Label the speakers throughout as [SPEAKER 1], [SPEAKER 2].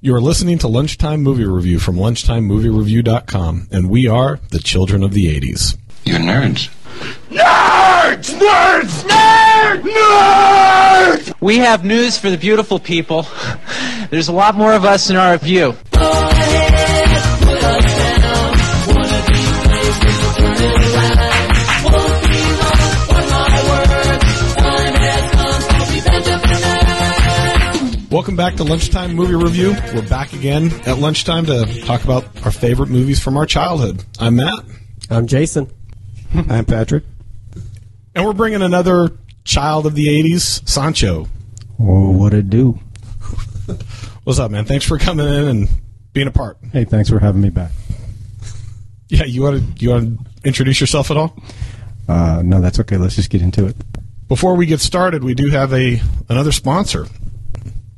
[SPEAKER 1] You are listening to Lunchtime Movie Review from lunchtimemoviereview.com, and we are the children of the 80s.
[SPEAKER 2] You're nerds.
[SPEAKER 3] Nerds! Nerds! Nerds! Nerds!
[SPEAKER 4] We have news for the beautiful people. There's a lot more of us in our view.
[SPEAKER 1] Welcome back to Lunchtime Movie Review. We're back again at lunchtime to talk about our favorite movies from our childhood. I'm Matt,
[SPEAKER 5] I'm Jason.
[SPEAKER 6] I'm Patrick.
[SPEAKER 1] and we're bringing another child of the 80s, Sancho.
[SPEAKER 6] Oh, what it do?
[SPEAKER 1] What's up, man? Thanks for coming in and being a part.
[SPEAKER 6] Hey, thanks for having me back.
[SPEAKER 1] Yeah, you want to you want to introduce yourself at all?
[SPEAKER 6] Uh, no, that's okay. Let's just get into it.
[SPEAKER 1] Before we get started, we do have a another sponsor.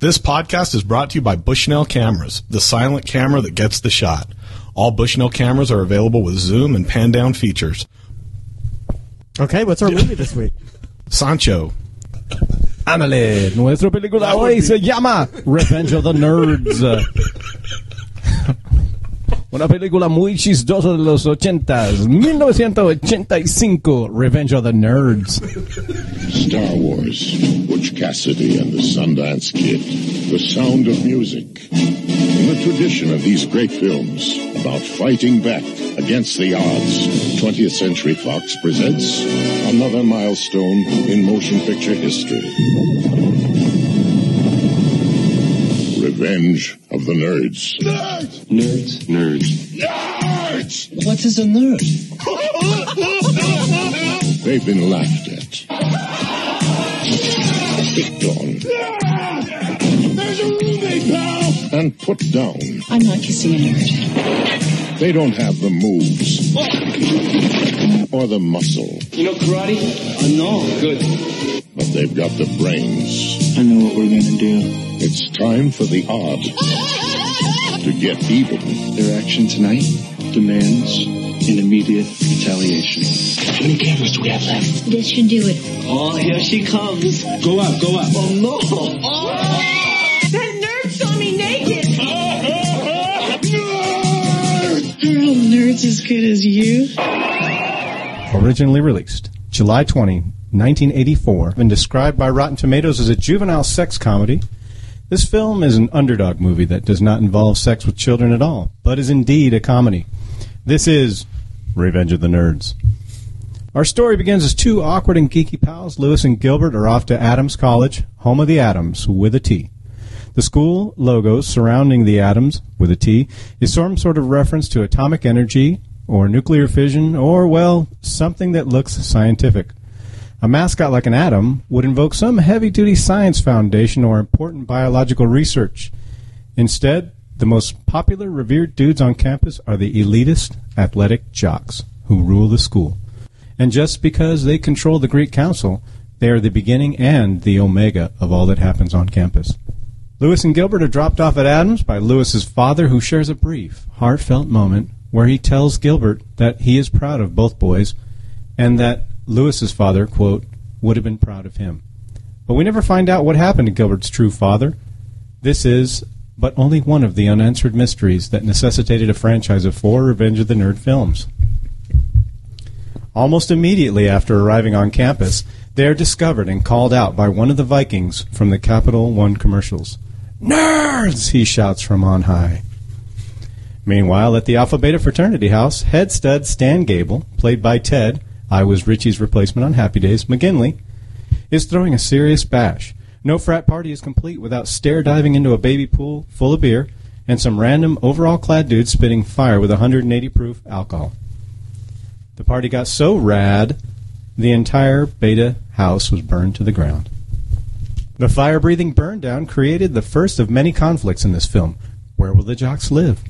[SPEAKER 1] This podcast is brought to you by Bushnell Cameras, the silent camera that gets the shot. All Bushnell cameras are available with zoom and pan down features.
[SPEAKER 5] Okay, what's our movie this week?
[SPEAKER 1] Sancho,
[SPEAKER 6] Ámale, nuestro película hoy se llama Revenge of the Nerds. Una película muy chistosa de los ochentas, 1985, Revenge of the Nerds.
[SPEAKER 7] Star Wars, Butch Cassidy and the Sundance Kid, The Sound of Music. In the tradition of these great films about fighting back against the odds, 20th Century Fox presents another milestone in motion picture history. Revenge of the Nerds.
[SPEAKER 2] Nerds. Nerds.
[SPEAKER 7] They've been laughed at. Picked on. There's a roommate, pal! And put down.
[SPEAKER 8] I'm not kissing a nerd.
[SPEAKER 7] They don't have the moves. Or the muscle.
[SPEAKER 9] You know karate? Uh, no. Good.
[SPEAKER 7] But they've got the brains.
[SPEAKER 9] I know what we're gonna do.
[SPEAKER 7] It's time for the odd to get even.
[SPEAKER 9] Their action tonight demands an immediate retaliation. How many cameras do we have left?
[SPEAKER 8] This should do it.
[SPEAKER 9] Oh, here she comes. Go up, go up. Oh, no.
[SPEAKER 8] That nerd saw me naked. Girl, nerds as good as you.
[SPEAKER 6] Originally released July 20, 1984, and described by Rotten Tomatoes as a juvenile sex comedy, this film is an underdog movie that does not involve sex with children at all, but is indeed a comedy. This is Revenge of the Nerds. Our story begins as two awkward and geeky pals, Lewis and Gilbert, are off to Adams College, home of the Adams, with a T. The school logo surrounding the atoms, with a T, is some sort of reference to atomic energy or nuclear fission or, well, something that looks scientific. A mascot like an atom would invoke some heavy duty science foundation or important biological research. Instead, the most popular, revered dudes on campus are the elitist athletic jocks who rule the school. And just because they control the Greek Council, they are the beginning and the omega of all that happens on campus. Lewis and Gilbert are dropped off at Adams by Lewis's father, who shares a brief, heartfelt moment where he tells Gilbert that he is proud of both boys and that Lewis's father, quote, would have been proud of him. But we never find out what happened to Gilbert's true father. This is but only one of the unanswered mysteries that necessitated a franchise of four Revenge of the Nerd films. Almost immediately after arriving on campus, they are discovered and called out by one of the Vikings from the Capital One commercials. Nerds! he shouts from on high. Meanwhile, at the Alpha Beta fraternity house, head stud Stan Gable, played by Ted, I was Richie's replacement on Happy Days, McGinley, is throwing a serious bash. No frat party is complete without stare diving into a baby pool full of beer and some random overall clad dude spitting fire with 180 proof alcohol. The party got so rad, the entire beta house was burned to the ground. The fire breathing burn down created the first of many conflicts in this film. Where will the jocks live?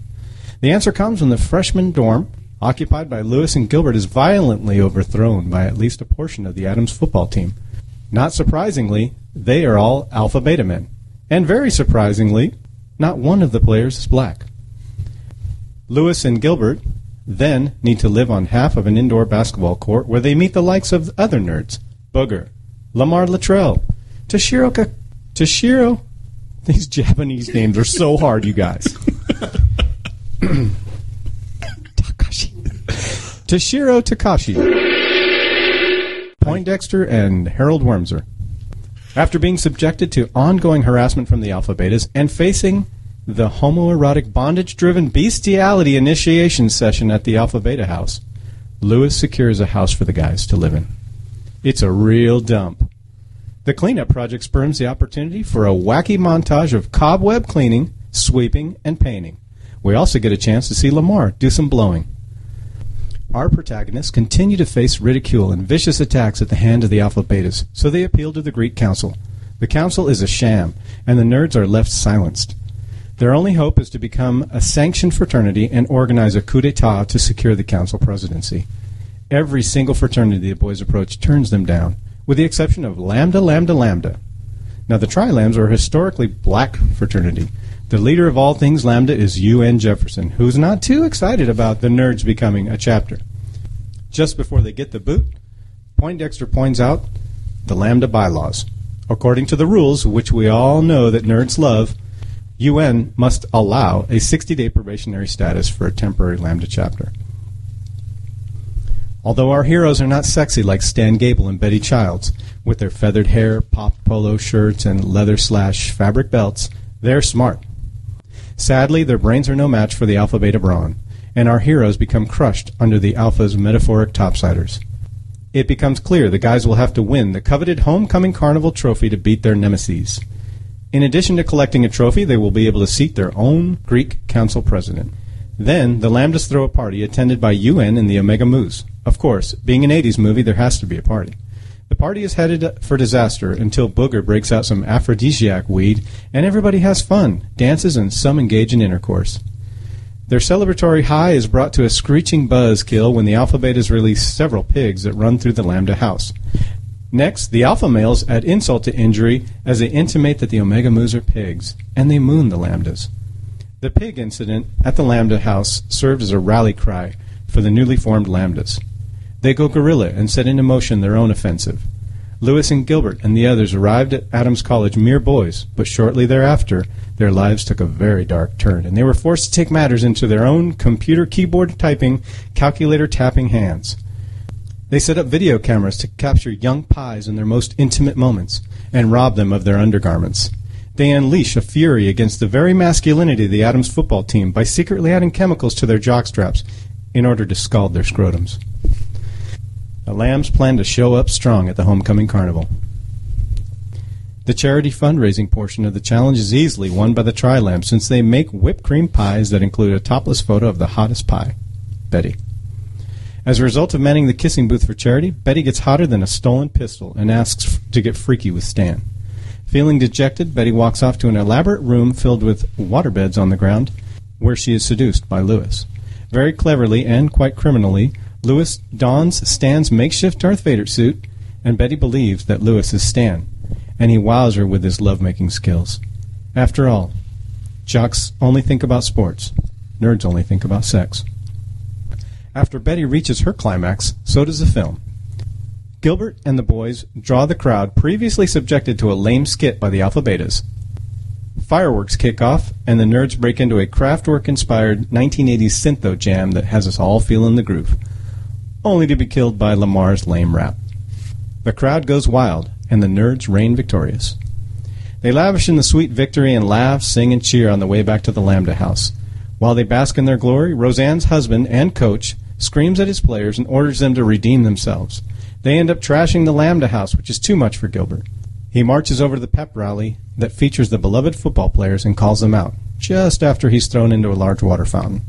[SPEAKER 6] The answer comes when the freshman dorm, occupied by Lewis and Gilbert, is violently overthrown by at least a portion of the Adams football team. Not surprisingly, they are all alpha beta men. And very surprisingly, not one of the players is black. Lewis and Gilbert then need to live on half of an indoor basketball court where they meet the likes of other nerds Booger, Lamar Luttrell, Toshiro, Ka- Toshiro These Japanese names are so hard, you guys. Takashi. Toshiro Takashi. Poindexter and Harold Wormser. After being subjected to ongoing harassment from the Alpha Betas and facing the homoerotic bondage driven bestiality initiation session at the Alpha Beta house, Lewis secures a house for the guys to live in. It's a real dump. The cleanup project spurns the opportunity for a wacky montage of cobweb cleaning, sweeping, and painting. We also get a chance to see Lamar do some blowing. Our protagonists continue to face ridicule and vicious attacks at the hand of the Alpha Betas, so they appeal to the Greek Council. The Council is a sham, and the nerds are left silenced. Their only hope is to become a sanctioned fraternity and organize a coup d'etat to secure the Council presidency. Every single fraternity the boys approach turns them down, with the exception of Lambda Lambda Lambda. Now, the Trilams are a historically black fraternity. The leader of all things Lambda is U.N. Jefferson, who's not too excited about the nerds becoming a chapter. Just before they get the boot, Poindexter points out the Lambda bylaws. According to the rules, which we all know that nerds love, UN must allow a 60 day probationary status for a temporary Lambda chapter. Although our heroes are not sexy like Stan Gable and Betty Childs, with their feathered hair, popped polo shirts, and leather slash fabric belts, they're smart. Sadly, their brains are no match for the Alpha Beta Brawn, and our heroes become crushed under the Alpha's metaphoric topsiders. It becomes clear the guys will have to win the coveted Homecoming Carnival trophy to beat their nemesis. In addition to collecting a trophy, they will be able to seat their own Greek council president. Then, the Lambdas throw a party attended by UN and the Omega Moose. Of course, being an 80s movie, there has to be a party. The party is headed for disaster until Booger breaks out some aphrodisiac weed and everybody has fun, dances, and some engage in intercourse. Their celebratory high is brought to a screeching buzzkill when the Alpha Betas release several pigs that run through the Lambda house. Next, the alpha males add insult to injury as they intimate that the omega moos are pigs, and they moon the lambdas. The pig incident at the lambda house served as a rally cry for the newly formed lambdas. They go guerrilla and set into motion their own offensive. Lewis and Gilbert and the others arrived at Adams College mere boys, but shortly thereafter, their lives took a very dark turn, and they were forced to take matters into their own computer keyboard typing, calculator tapping hands. They set up video cameras to capture young pies in their most intimate moments and rob them of their undergarments. They unleash a fury against the very masculinity of the Adams football team by secretly adding chemicals to their jockstraps in order to scald their scrotums. The Lambs plan to show up strong at the homecoming carnival. The charity fundraising portion of the challenge is easily won by the Tri-Lambs since they make whipped cream pies that include a topless photo of the hottest pie, Betty. As a result of manning the kissing booth for charity, Betty gets hotter than a stolen pistol and asks f- to get freaky with Stan. Feeling dejected, Betty walks off to an elaborate room filled with waterbeds on the ground, where she is seduced by Lewis. Very cleverly and quite criminally, Lewis dons Stan's makeshift Darth Vader suit, and Betty believes that Lewis is Stan, and he wows her with his lovemaking skills. After all, jocks only think about sports, nerds only think about sex. After Betty reaches her climax, so does the film. Gilbert and the boys draw the crowd previously subjected to a lame skit by the Alpha Betas. Fireworks kick off, and the nerds break into a Kraftwerk inspired 1980s syntho jam that has us all feeling the groove, only to be killed by Lamar's lame rap. The crowd goes wild, and the nerds reign victorious. They lavish in the sweet victory and laugh, sing, and cheer on the way back to the Lambda house. While they bask in their glory, Roseanne's husband and coach screams at his players and orders them to redeem themselves. They end up trashing the Lambda house, which is too much for Gilbert. He marches over to the pep rally that features the beloved football players and calls them out, just after he's thrown into a large water fountain.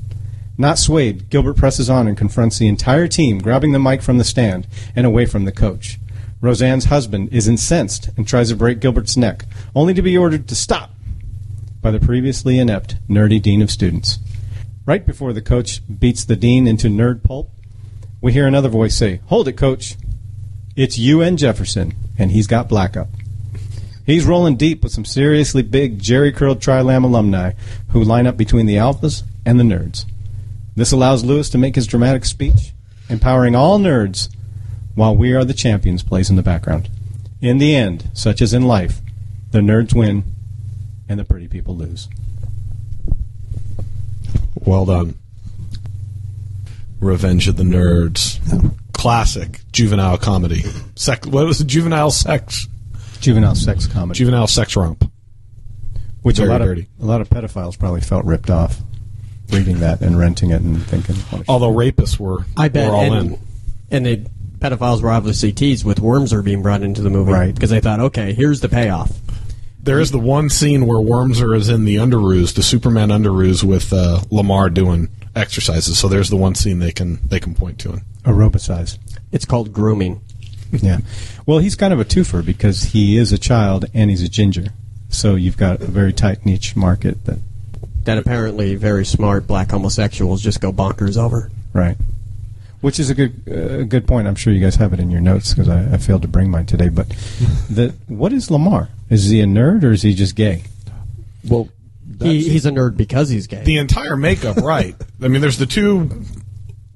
[SPEAKER 6] Not swayed, Gilbert presses on and confronts the entire team, grabbing the mic from the stand and away from the coach. Roseanne's husband is incensed and tries to break Gilbert's neck, only to be ordered to stop by the previously inept nerdy dean of students. Right before the coach beats the dean into nerd pulp, we hear another voice say, Hold it, coach. It's U.N. Jefferson, and he's got black up. He's rolling deep with some seriously big Jerry Curled Tri Lam alumni who line up between the alphas and the nerds. This allows Lewis to make his dramatic speech, empowering all nerds while We Are the Champions plays in the background. In the end, such as in life, the nerds win and the pretty people lose.
[SPEAKER 1] Well done. Revenge of the Nerds. Classic juvenile comedy. Sec- what was it? Juvenile sex.
[SPEAKER 6] Juvenile sex comedy,
[SPEAKER 1] Juvenile sex romp.
[SPEAKER 6] which a
[SPEAKER 1] very
[SPEAKER 6] lot of
[SPEAKER 1] dirty.
[SPEAKER 6] a lot of pedophiles probably felt ripped off, reading that and renting it and thinking. "What a
[SPEAKER 1] Although rapists were,
[SPEAKER 5] I bet.
[SPEAKER 1] were all
[SPEAKER 5] and,
[SPEAKER 1] in.
[SPEAKER 5] and the pedophiles were obviously teased with Wormser being brought into the movie.
[SPEAKER 6] Right.
[SPEAKER 5] Because they thought, okay, here's the payoff.
[SPEAKER 1] There is the one scene where Wormser is in the underoos, the Superman underoos with uh, Lamar doing exercises. So there's the one scene they can they can point to.
[SPEAKER 6] aerobicized.
[SPEAKER 5] It's called grooming.
[SPEAKER 6] Yeah. Well, he's kind of a twofer because he is a child and he's a ginger. So you've got a very tight niche market that
[SPEAKER 5] That apparently very smart black homosexuals just go bonkers over.
[SPEAKER 6] right. Which is a good uh, good point. I'm sure you guys have it in your notes because I, I failed to bring mine today. But the, what is Lamar? Is he a nerd or is he just gay?
[SPEAKER 10] Well,
[SPEAKER 5] He, he's a nerd because he's gay.
[SPEAKER 1] The entire makeup, right? I mean, there's the two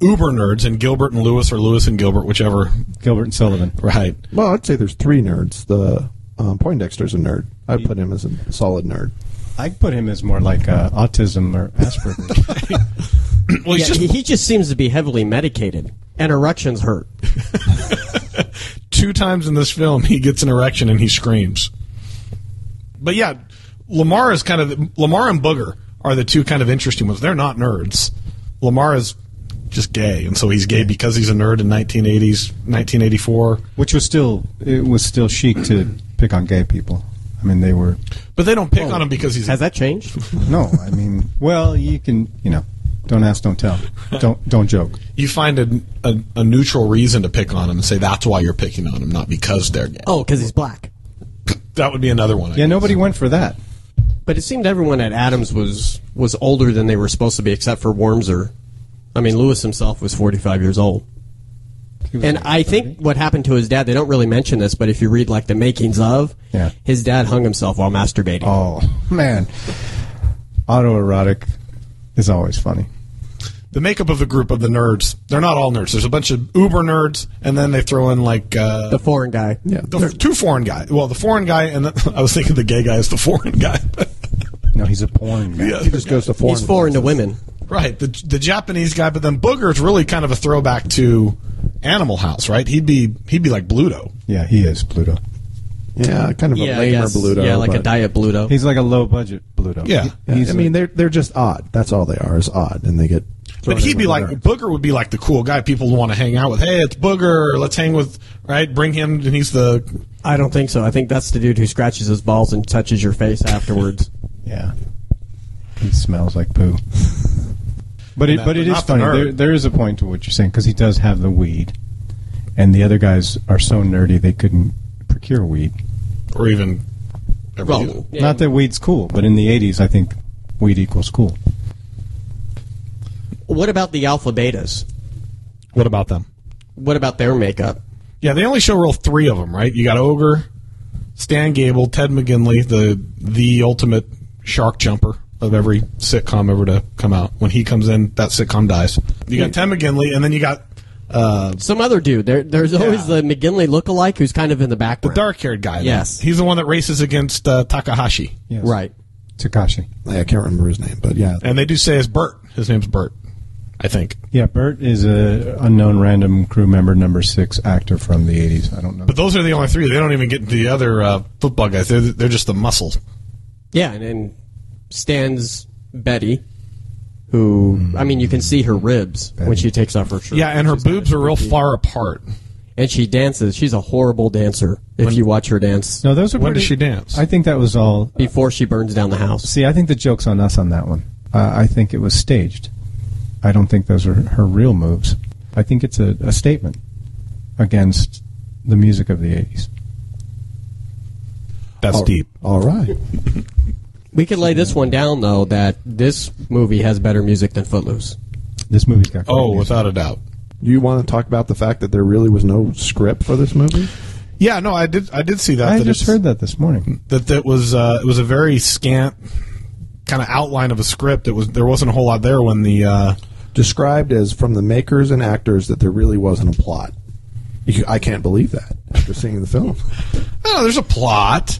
[SPEAKER 1] uber nerds in Gilbert and Lewis, or Lewis and Gilbert, whichever.
[SPEAKER 6] Gilbert and Sullivan.
[SPEAKER 1] Right.
[SPEAKER 10] well, I'd say there's three nerds. The um, Poindexter's a nerd. I would put him as a solid nerd.
[SPEAKER 6] I put him as more like uh, autism or Asperger's.
[SPEAKER 1] Well,
[SPEAKER 5] Yeah,
[SPEAKER 1] he's
[SPEAKER 5] he,
[SPEAKER 1] just
[SPEAKER 5] he just seems to be heavily medicated, and erections hurt.
[SPEAKER 1] two times in this film he gets an erection and he screams. But yeah, Lamar is kind of Lamar and Booger are the two kind of interesting ones. They're not nerds. Lamar is just gay, and so he's gay because he's a nerd in 1980s, 1984.
[SPEAKER 6] Which was still it was still chic to pick on gay people. I mean, they were
[SPEAKER 1] But they don't pick on him because he's
[SPEAKER 5] Oh. Has that changed?
[SPEAKER 6] no. I mean, well, you can you know, don't ask, don't tell, don't don't joke.
[SPEAKER 1] you find a, a, a neutral reason to pick on him and say that's why you're picking on him, not because they're gay.
[SPEAKER 5] Oh, because he's black.
[SPEAKER 1] That would be another one. I
[SPEAKER 6] Yeah,
[SPEAKER 1] guess.
[SPEAKER 6] nobody went for that.
[SPEAKER 5] But it seemed everyone at Adams was was older than they were supposed to be, except for Wormser. I mean, Lewis himself was 45 years old. And I think what happened to his dad, they don't really mention this, but if you read like the makings of,
[SPEAKER 6] Yeah.
[SPEAKER 5] his dad hung himself while masturbating.
[SPEAKER 6] Oh man, autoerotic is always funny.
[SPEAKER 1] the makeup of the group of the nerds. They're not all nerds. There's a bunch of uber nerds, and then they throw in like uh,
[SPEAKER 5] The foreign guy.
[SPEAKER 10] Yeah,
[SPEAKER 1] the f- two foreign guy. Well, the foreign guy, and the, I was thinking the gay guy is the foreign guy.
[SPEAKER 6] No, he's a porn man.
[SPEAKER 1] Yeah.
[SPEAKER 10] he just goes to foreign.
[SPEAKER 5] He's foreign to women.
[SPEAKER 1] right, the the Japanese guy. But then Booger is really kind of a throwback to Animal House, right? He'd be he'd be like Bluto.
[SPEAKER 6] Yeah, he is Pluto.
[SPEAKER 10] Yeah, kind of a
[SPEAKER 5] yeah, I
[SPEAKER 10] lamer
[SPEAKER 5] guess.
[SPEAKER 10] Bluto.
[SPEAKER 5] yeah, like a
[SPEAKER 10] but-
[SPEAKER 5] diet Bluto.
[SPEAKER 6] He's like a low budget Pluto.
[SPEAKER 1] Yeah.
[SPEAKER 10] Yeah,
[SPEAKER 6] he's
[SPEAKER 10] I mean, they're they're just odd. That's all they are is odd, and they get. thrown
[SPEAKER 1] But he'd
[SPEAKER 10] in
[SPEAKER 1] be
[SPEAKER 10] with
[SPEAKER 1] like
[SPEAKER 10] the nerds.
[SPEAKER 1] Booger would be like the cool guy people want to hang out with. Hey, it's Booger. Let's hang with right. Bring him, and he's the
[SPEAKER 5] I don't think so. I think that's the dude who scratches his balls and touches your face afterwards.
[SPEAKER 6] yeah. He smells like poo. But it,
[SPEAKER 1] that-
[SPEAKER 6] but
[SPEAKER 1] but
[SPEAKER 6] it is
[SPEAKER 1] not the
[SPEAKER 6] funny.
[SPEAKER 1] nerd.
[SPEAKER 6] There, there is a point to what you're saying because he does have the weed, and the other guys are so nerdy they couldn't procure weed.
[SPEAKER 1] or even.
[SPEAKER 5] well, yeah.
[SPEAKER 6] Not that weed's cool, but in the '80s, I think weed equals cool.
[SPEAKER 5] What about the alpha betas?
[SPEAKER 1] What about them?
[SPEAKER 5] What about their makeup?
[SPEAKER 1] Yeah, they only show real three of them, right? You got Ogre, Stan Gable, Ted McGinley, the the ultimate shark jumper of every sitcom ever to come out. When he comes in, that sitcom dies. You got Ted McGinley, and then you got uh,
[SPEAKER 5] Some other dude. There, there's always the McGinley lookalike who's kind of in the
[SPEAKER 1] the
[SPEAKER 5] background.
[SPEAKER 1] dark haired guy.
[SPEAKER 5] Yes.
[SPEAKER 1] he's the one that races against uh, Takahashi,
[SPEAKER 6] Yes.
[SPEAKER 5] Right.
[SPEAKER 6] Takashi.
[SPEAKER 10] I can't remember his name, but yeah,
[SPEAKER 1] and they do say it's Bert. His name's Bert, I think.
[SPEAKER 6] Yeah, Bert is a unknown random crew member number six actor from the '80s. I don't know.
[SPEAKER 1] But those are the only three. They don't even get the other uh, football guys. They're they're just the muscle.
[SPEAKER 5] Yeah, and, and Stan's Betty, who, I mean, you can see her ribs when she takes off her shirt.
[SPEAKER 1] Hmm. Yeah, and her
[SPEAKER 5] She's kind
[SPEAKER 1] boobs
[SPEAKER 5] of
[SPEAKER 1] are real
[SPEAKER 5] freaky.
[SPEAKER 1] far apart.
[SPEAKER 5] And she dances. She's a horrible dancer if you watch her dance
[SPEAKER 6] no, those are.
[SPEAKER 1] When does she
[SPEAKER 6] pretty-
[SPEAKER 1] dance?
[SPEAKER 6] I think that was all.
[SPEAKER 5] before she burns down the house.
[SPEAKER 6] See, I think the joke's on us on that one. Uh, I think it was staged. I don't think those are her real moves. I think it's a, a statement against the music of the '80s.
[SPEAKER 1] That's deep.
[SPEAKER 10] all right.
[SPEAKER 5] We could lay this one down, though, that this movie has better music than Footloose.
[SPEAKER 6] This movie's got. great
[SPEAKER 1] Oh,
[SPEAKER 6] music.
[SPEAKER 1] without a doubt.
[SPEAKER 10] Do you want to talk about the fact that there really was no script for this movie?
[SPEAKER 1] Yeah, no, I did. I did see that.
[SPEAKER 6] I
[SPEAKER 1] that
[SPEAKER 6] just
[SPEAKER 1] it's-
[SPEAKER 6] heard that this morning.
[SPEAKER 1] that that was uh, it was a very scant kind of outline of a script. It was there wasn't a whole lot there when the uh,
[SPEAKER 10] Described as from the makers and actors that there really wasn't a plot. You, I can't believe that after seeing the film.
[SPEAKER 1] I don't No, there's a plot.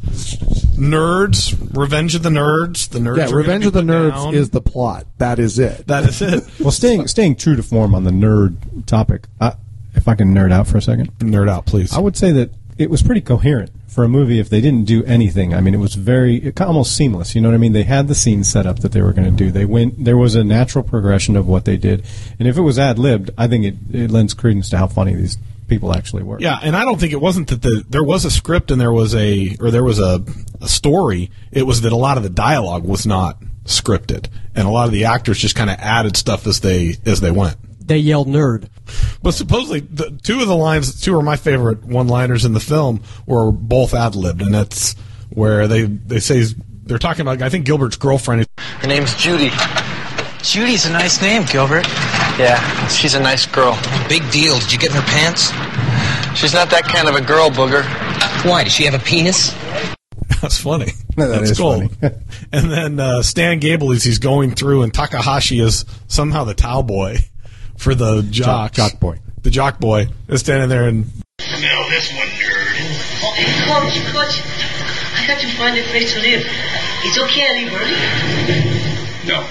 [SPEAKER 1] Nerds, Revenge of the Nerds. The nerds. are
[SPEAKER 10] Yeah,
[SPEAKER 1] gonna
[SPEAKER 10] Revenge
[SPEAKER 1] be
[SPEAKER 10] of the
[SPEAKER 1] put
[SPEAKER 10] Nerds
[SPEAKER 1] down.
[SPEAKER 10] is the plot. That is it.
[SPEAKER 1] That is it.
[SPEAKER 6] Well, staying staying true to form on the nerd topic, I, if I can nerd out for a second,
[SPEAKER 1] Nerd out, please.
[SPEAKER 6] I would say that it was pretty coherent for a movie. If they didn't do anything, I mean, it was very it kind of almost seamless. You know what I mean? They had the scene set up that they were going to do. They went. There was a natural progression of what they did, and if it was ad libbed, I think it, it lends credence to how funny these people actually were.
[SPEAKER 1] Yeah, and I don't think it wasn't that the there was a script and there was a or there was a, a story. It was that a lot of the dialogue was not scripted, and a lot of the actors just kind of added stuff as they as they went.
[SPEAKER 5] They yelled nerd.
[SPEAKER 1] But supposedly, the, two of the lines, two are my favorite one-liners in the film, were both ad-libbed, and that's where they they say they're talking about. I think Gilbert's girlfriend.
[SPEAKER 4] Her name's Judy. Judy's a nice name, Gilbert. Yeah, she's a nice girl.
[SPEAKER 11] Big deal. Did you get in her pants?
[SPEAKER 4] She's not that kind of a girl, Booger.
[SPEAKER 11] Why? Does she have a penis?
[SPEAKER 1] That's funny.
[SPEAKER 6] No, that
[SPEAKER 1] that's
[SPEAKER 6] is
[SPEAKER 1] gold. and then uh, Stan Gable is he's going through, and Takahashi is somehow the towel boy for the jock.
[SPEAKER 6] jock boy.
[SPEAKER 1] The jock boy is standing there, and
[SPEAKER 3] Now this one, nerd.
[SPEAKER 12] Okay, coach, coach. I got to find a place to live. It's okay, I live early.
[SPEAKER 3] No.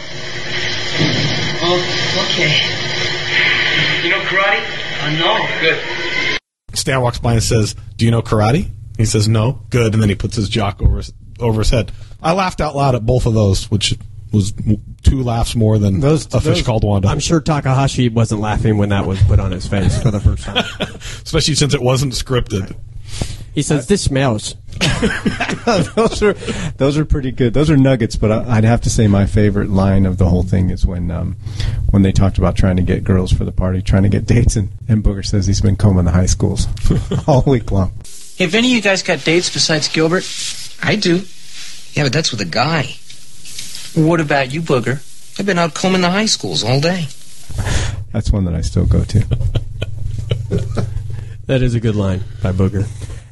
[SPEAKER 12] Oh, okay.
[SPEAKER 3] You know karate? Uh, no. Good.
[SPEAKER 1] Stan walks by and says, "Do you know karate?" He says, "No." Good, and then he puts his jock over his, over his head. I laughed out loud at both of those, which was w- two laughs more than
[SPEAKER 5] Those-
[SPEAKER 1] a fish
[SPEAKER 5] those-
[SPEAKER 1] called Wanda.
[SPEAKER 5] I'm sure Takahashi wasn't laughing when that was put on his face for the first time.
[SPEAKER 1] Especially since it wasn't scripted.
[SPEAKER 5] He says, "This smells."
[SPEAKER 6] those are those are pretty good. Those are nuggets, but I, I'd have to say my favorite line of the whole thing is when um, when they talked about trying to get girls for the party, trying to get dates, and, and Booger says he's been combing the high schools all week long.
[SPEAKER 4] Hey, if any of you guys got dates besides Gilbert,
[SPEAKER 11] I do. Yeah, but that's with a guy.
[SPEAKER 4] what about you, Booger?
[SPEAKER 11] I've been out combing the high schools all day.
[SPEAKER 6] That's one that I still go to.
[SPEAKER 5] That is a good line by Booger.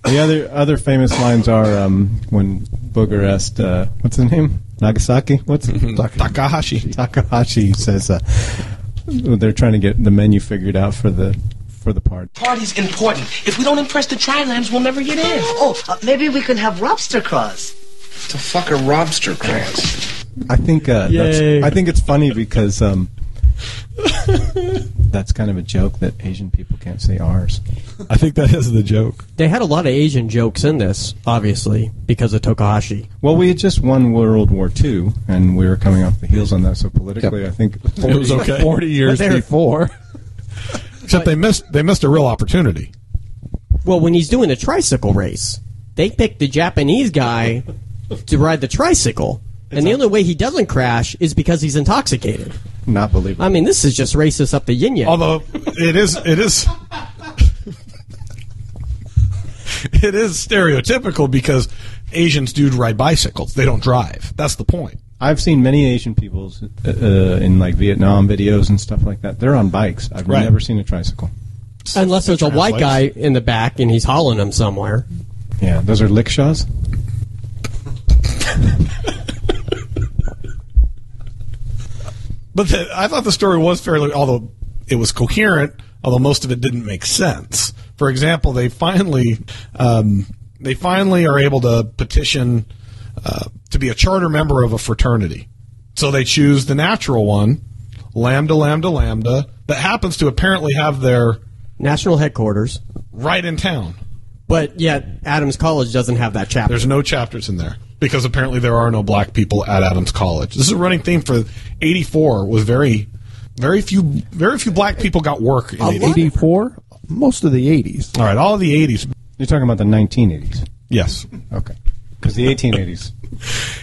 [SPEAKER 6] The other other famous lines are um, when Booger asked, uh, "What's his name? Nagasaki? What's
[SPEAKER 1] Takahashi.
[SPEAKER 6] Takahashi?" Says uh, they're trying to get the menu figured out for the for the party.
[SPEAKER 13] Party's important. If we don't impress the Tri-Lambs, we'll never get in.
[SPEAKER 12] Oh, uh, maybe we can have lobster claws.
[SPEAKER 11] The fuck are lobster claws?
[SPEAKER 6] I think uh,
[SPEAKER 5] Yay.
[SPEAKER 6] that's, I think it's funny because um, that's kind of a joke that Asian people can't say ours.
[SPEAKER 1] I think that is the joke.
[SPEAKER 5] They had a lot of Asian jokes in this, obviously, because of Takahashi.
[SPEAKER 6] Well, we had just won World War II, and we were coming off the heels on that. So politically, I think
[SPEAKER 1] It was okay.
[SPEAKER 10] Forty years
[SPEAKER 6] There.
[SPEAKER 10] before.
[SPEAKER 1] Except they missed they missed a real opportunity.
[SPEAKER 5] Well, when he's doing the tricycle race, they picked the Japanese guy to ride the tricycle. And the only way he doesn't crash is because he's intoxicated.
[SPEAKER 6] not believable.
[SPEAKER 5] I mean, this is just racist up the yin yang.
[SPEAKER 1] Although it is it is it is stereotypical because Asians do ride bicycles. They don't drive. That's the point.
[SPEAKER 6] I've seen many Asian peoples uh, in like Vietnam videos and stuff like that. They're on bikes. I've
[SPEAKER 1] Right.
[SPEAKER 6] never seen a tricycle.
[SPEAKER 5] Unless there's a white guy
[SPEAKER 1] translates.
[SPEAKER 5] in the back and he's hauling him somewhere.
[SPEAKER 6] Yeah, those are rickshaws.
[SPEAKER 1] But the, I thought the story was fairly, although it was coherent, although most of it didn't make sense. For example, they finally um, they finally are able to petition uh, to be a charter member of a fraternity. So they choose the natural one, Lambda Lambda Lambda, that happens to apparently have their
[SPEAKER 5] National headquarters.
[SPEAKER 1] right in town.
[SPEAKER 5] But yet, Adams College doesn't have that chapter.
[SPEAKER 1] There's no chapters in there because apparently there are no black people at Adams College. This is a running theme for '84 was very. Very few, very few black people got work in 84.
[SPEAKER 10] Eighty-four. Most of the eighties.
[SPEAKER 1] All right, all of the 80s.
[SPEAKER 6] You're talking about the 1980s.
[SPEAKER 1] Yes.
[SPEAKER 6] Okay, because the 1880s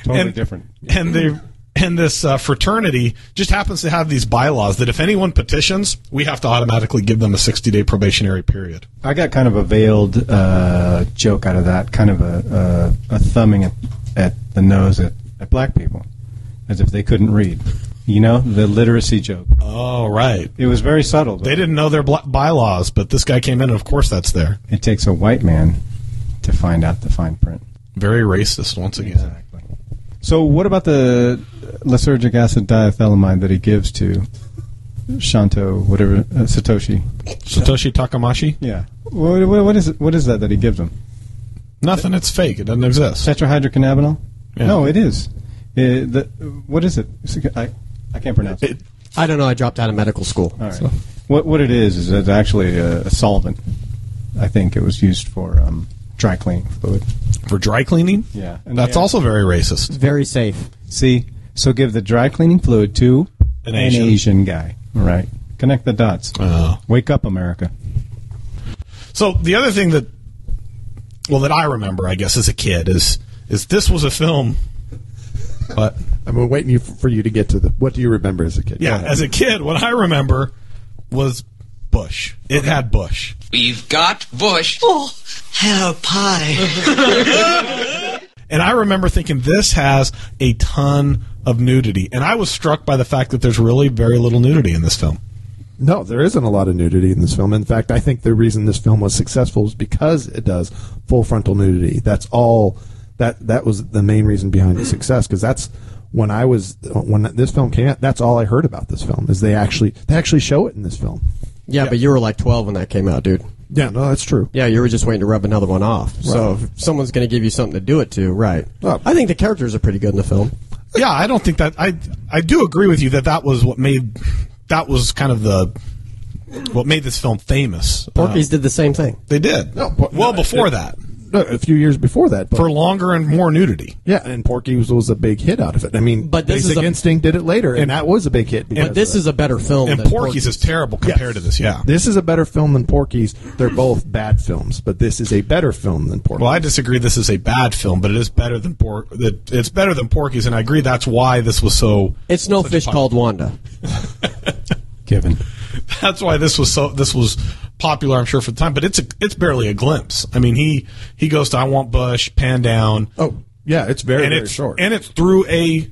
[SPEAKER 6] totally
[SPEAKER 1] And-
[SPEAKER 6] different.
[SPEAKER 1] And they and this uh, fraternity just happens to have these bylaws that if anyone petitions, we have to automatically give them a 60-day probationary period.
[SPEAKER 6] I got kind of a veiled uh, joke out of that, kind of a, a, a thumbing at, at the nose at, at black people, as if they couldn't read. You know, the literacy joke.
[SPEAKER 1] Oh, right.
[SPEAKER 6] It was very subtle. But
[SPEAKER 1] They didn't know their bla- bylaws, but this guy came in and of course that's there.
[SPEAKER 6] It takes a white man to find out the fine print.
[SPEAKER 1] Very racist once again.
[SPEAKER 6] So, what about the lysergic acid diethylamide that he gives to Shanto, whatever uh, Satoshi?
[SPEAKER 1] Satoshi Takamashi?
[SPEAKER 6] Yeah. What, what, what is it, what is that that he gives him?
[SPEAKER 1] Nothing. It's fake. It doesn't exist.
[SPEAKER 6] Tetrahydrocannabinol?
[SPEAKER 1] Yeah.
[SPEAKER 6] No, it is. Uh, the, what is it? It's a- I, I can't pronounce it.
[SPEAKER 5] I don't know. I dropped out of medical school.
[SPEAKER 6] All right. What what it is is it's actually a, a solvent. I think it was used for um, dry cleaning fluid.
[SPEAKER 1] For dry cleaning?
[SPEAKER 6] Yeah.
[SPEAKER 1] That's also very racist.
[SPEAKER 5] Very safe.
[SPEAKER 6] See, so give the dry cleaning fluid to
[SPEAKER 1] An Asian. Uh-huh.
[SPEAKER 6] guy. All right. Connect the dots. Wake up, America.
[SPEAKER 1] Oh. So the other thing that, well, that I remember, I guess, as a kid is is this was a film. But
[SPEAKER 10] I've been waiting you- for you to get to the. What do you remember as a kid? Go
[SPEAKER 1] Yeah,
[SPEAKER 10] ahead.
[SPEAKER 1] as a kid, what I remember was Bush. It had Bush.
[SPEAKER 11] We've got Bush.
[SPEAKER 12] Oh, hello, pie.
[SPEAKER 1] And I remember thinking this has a ton of nudity. And I was struck by the fact that there's really very little nudity in this film.
[SPEAKER 10] No, there isn't a lot of nudity in this film. In fact, I think the reason this film was successful is because it does full frontal nudity. That's all. That that was the main reason behind its success because that's when I was when this film came out. That's all I heard about this film is they actually they actually show it in this film.
[SPEAKER 5] Yeah, but you were like 12 when that came out, dude.
[SPEAKER 10] Yeah, no, that's true.
[SPEAKER 5] Yeah, you were just waiting to rub another one off. So if someone's going to give you something to do it to, right? I think the characters are pretty good in the film.
[SPEAKER 1] Yeah, I don't think that I I do agree with you that that was what made that was kind of the what made this film famous.
[SPEAKER 5] Porky's did the same thing.
[SPEAKER 1] They did. well before that.
[SPEAKER 10] No, a few years before that, but
[SPEAKER 1] for longer and more nudity.
[SPEAKER 10] Yeah, and Porky was, was a big hit out of it. I mean,
[SPEAKER 1] But this is
[SPEAKER 10] Basic
[SPEAKER 1] a-
[SPEAKER 10] Instinct did it later, and, that was a big hit. because of that.
[SPEAKER 1] And Porky's, is terrible compared to this. Yeah.
[SPEAKER 10] This is a better film than Porky's. They're both bad films, but this is a better film than Porky's.
[SPEAKER 1] Well, I disagree. This is a bad film, but it is better than Por- that It's better than Porky's, and I agree that's why this was so.
[SPEAKER 5] It's no
[SPEAKER 1] such a
[SPEAKER 5] fish
[SPEAKER 1] pop-
[SPEAKER 5] called Wanda.
[SPEAKER 6] Given.
[SPEAKER 1] That's why this was so. This was popular, I'm sure, for the time. But it's a, it's barely a glimpse. I mean, he he goes to I want Bush, pan down.
[SPEAKER 10] Oh yeah, it's very
[SPEAKER 1] and
[SPEAKER 10] very
[SPEAKER 1] it's,
[SPEAKER 10] short.
[SPEAKER 1] and it's through a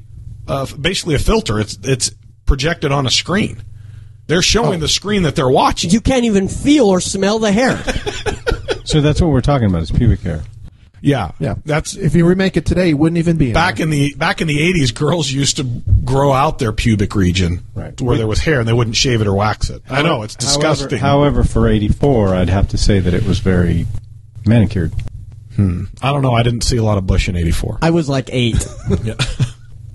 [SPEAKER 1] uh, basically a filter. It's it's projected on a screen. They're showing
[SPEAKER 10] Oh.
[SPEAKER 1] the screen that they're watching.
[SPEAKER 5] You can't even feel or smell the hair.
[SPEAKER 6] So that's what we're talking about is pubic hair.
[SPEAKER 1] Yeah,
[SPEAKER 10] yeah.
[SPEAKER 1] That's
[SPEAKER 10] if you remake it today, it wouldn't even be in
[SPEAKER 1] back in the back in the eighties, girls used to grow out their pubic region right. where there was hair, and they wouldn't shave it or wax it. I know it's disgusting.
[SPEAKER 6] However, however, for 84, I'd have to say that it was very manicured.
[SPEAKER 1] Hmm. I don't know. I didn't see a lot of Bush in '84.
[SPEAKER 5] I was like eight.
[SPEAKER 1] yeah.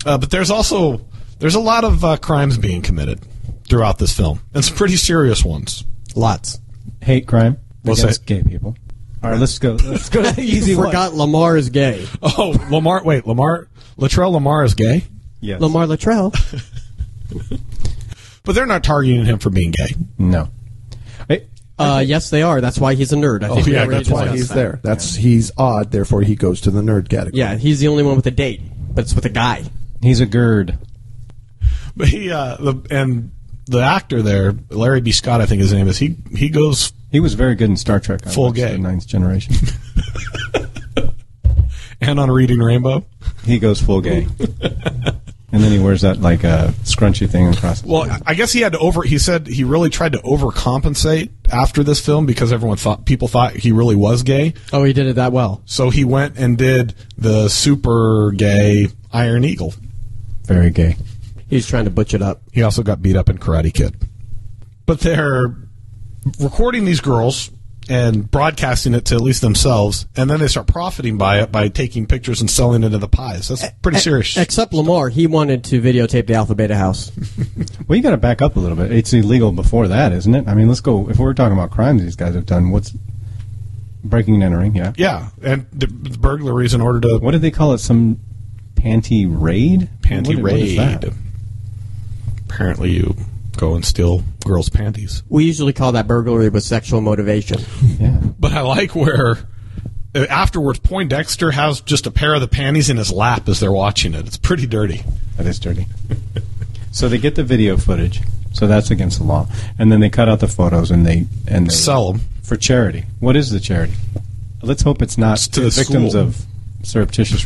[SPEAKER 1] uh, but there's also there's a lot of uh, crimes being committed throughout this film, and some pretty serious ones.
[SPEAKER 5] Lots.
[SPEAKER 6] Hate crime
[SPEAKER 1] We'll say-
[SPEAKER 6] against gay people. All right, let's go. Let's go to the easy
[SPEAKER 5] you
[SPEAKER 6] one.
[SPEAKER 5] forgot Lamar is gay.
[SPEAKER 1] Oh, Lamar. Wait, Lamar. Latrell Lamar is gay,
[SPEAKER 6] Yes.
[SPEAKER 5] Lamar Latrell.
[SPEAKER 1] but they're not targeting him for being gay.
[SPEAKER 6] No.
[SPEAKER 5] Uh, yes, they are. That's why he's a nerd. I
[SPEAKER 10] Oh,
[SPEAKER 5] think we
[SPEAKER 10] yeah,
[SPEAKER 5] already
[SPEAKER 10] that's why
[SPEAKER 5] discussed
[SPEAKER 10] he's
[SPEAKER 5] that.
[SPEAKER 10] there. That's he's odd, therefore he goes to the nerd category.
[SPEAKER 5] Yeah, he's the only one with a date, but it's with a guy.
[SPEAKER 6] He's a GERD.
[SPEAKER 1] But he uh, the, and the actor there, Larry B. Scott, I think his name is. He he goes
[SPEAKER 6] He was very good in Star Trek. I
[SPEAKER 1] Full
[SPEAKER 6] watched
[SPEAKER 1] gay.
[SPEAKER 6] The Ninth Generation.
[SPEAKER 1] and on Reading Rainbow.
[SPEAKER 6] he goes full gay. and then he wears that, like, uh, scrunchy thing across his
[SPEAKER 1] Well, I guess he had to over. He said he really tried to overcompensate after this film because everyone thought people thought he really was gay.
[SPEAKER 5] Oh, he did it that well.
[SPEAKER 1] So he went and did the super gay Iron Eagle.
[SPEAKER 6] Very gay.
[SPEAKER 5] He's trying to butch it up.
[SPEAKER 1] He also got beat up in Karate Kid. But they're recording these girls and broadcasting it to at least themselves, and then they start profiting by it by taking pictures and selling it into the pies. That's
[SPEAKER 5] e,
[SPEAKER 1] pretty serious.
[SPEAKER 5] Except Lamar, he wanted to videotape the Alpha Beta House.
[SPEAKER 6] Well, you got to back up a little bit. It's illegal before that, isn't it? I mean, let's go. If we're talking about crimes these guys have done, what's breaking and entering? Yeah.
[SPEAKER 1] Yeah, and the, the burglaries in order to
[SPEAKER 6] What did they call it? Some panty raid?
[SPEAKER 1] panty
[SPEAKER 6] What- what is
[SPEAKER 1] raid.
[SPEAKER 6] that?
[SPEAKER 1] Apparently, you go and steal girls' panties.
[SPEAKER 5] We usually call that burglary with sexual motivation.
[SPEAKER 1] But I like where uh, afterwards Poindexter has just a pair of the panties in his lap as they're watching it. It's pretty dirty.
[SPEAKER 6] That is dirty. So they get the video footage. So that's against the law. And then they cut out the photos and they and they
[SPEAKER 1] Sell 'em.
[SPEAKER 6] for charity. What is the charity? Let's hope it's not
[SPEAKER 1] to the
[SPEAKER 6] victims
[SPEAKER 1] school.
[SPEAKER 6] of surreptitious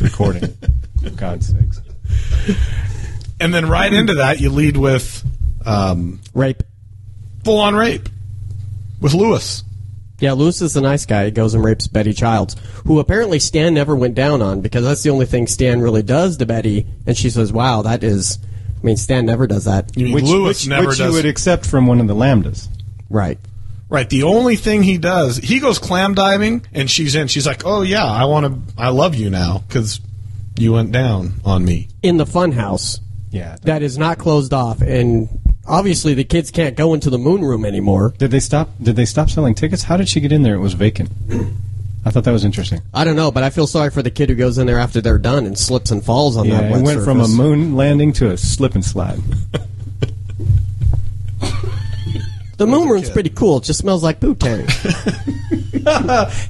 [SPEAKER 6] recording. for God's sakes.
[SPEAKER 1] And then right into that, you lead with um,
[SPEAKER 5] Rape.
[SPEAKER 1] full on rape with Lewis.
[SPEAKER 5] Yeah, Lewis is the nice guy. He goes and rapes Betty Childs, who apparently Stan never went down on because that's the only thing Stan really does to Betty. And she says, "Wow, that is." I mean, Stan never does that.
[SPEAKER 1] You mean Lewis never
[SPEAKER 6] which you
[SPEAKER 1] does.
[SPEAKER 6] would accept from one of the lambdas.
[SPEAKER 5] Right.
[SPEAKER 1] Right. The only thing he does, he goes clam diving, and she's in. She's like, "Oh yeah, I want to. I love you now because you went down on me."
[SPEAKER 5] in the fun house.
[SPEAKER 6] Yeah.
[SPEAKER 5] That is not closed off and obviously the kids can't go into the moon room anymore.
[SPEAKER 6] Did they stop? Did they stop selling tickets? How did she get in there? It was vacant. I thought that was interesting.
[SPEAKER 5] I don't know, but I feel sorry for the kid who goes in there after they're done and slips and falls on that
[SPEAKER 6] Yeah,
[SPEAKER 5] wet
[SPEAKER 6] it went from a
[SPEAKER 5] surface.
[SPEAKER 6] moon landing to a slip and slide.
[SPEAKER 5] The moon room's pretty cool. It just smells like boot tanning.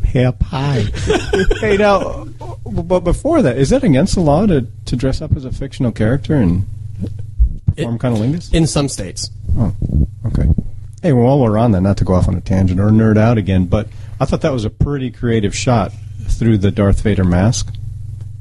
[SPEAKER 6] Hair pie. hey, now, but before that, is that against the law to, to dress up as a fictional character and perform cunnilingus?
[SPEAKER 5] In some states.
[SPEAKER 6] Oh, okay. Hey, well, while we're on that, not to go off on a tangent or nerd out again, but I thought that was a pretty creative shot through the Darth Vader mask.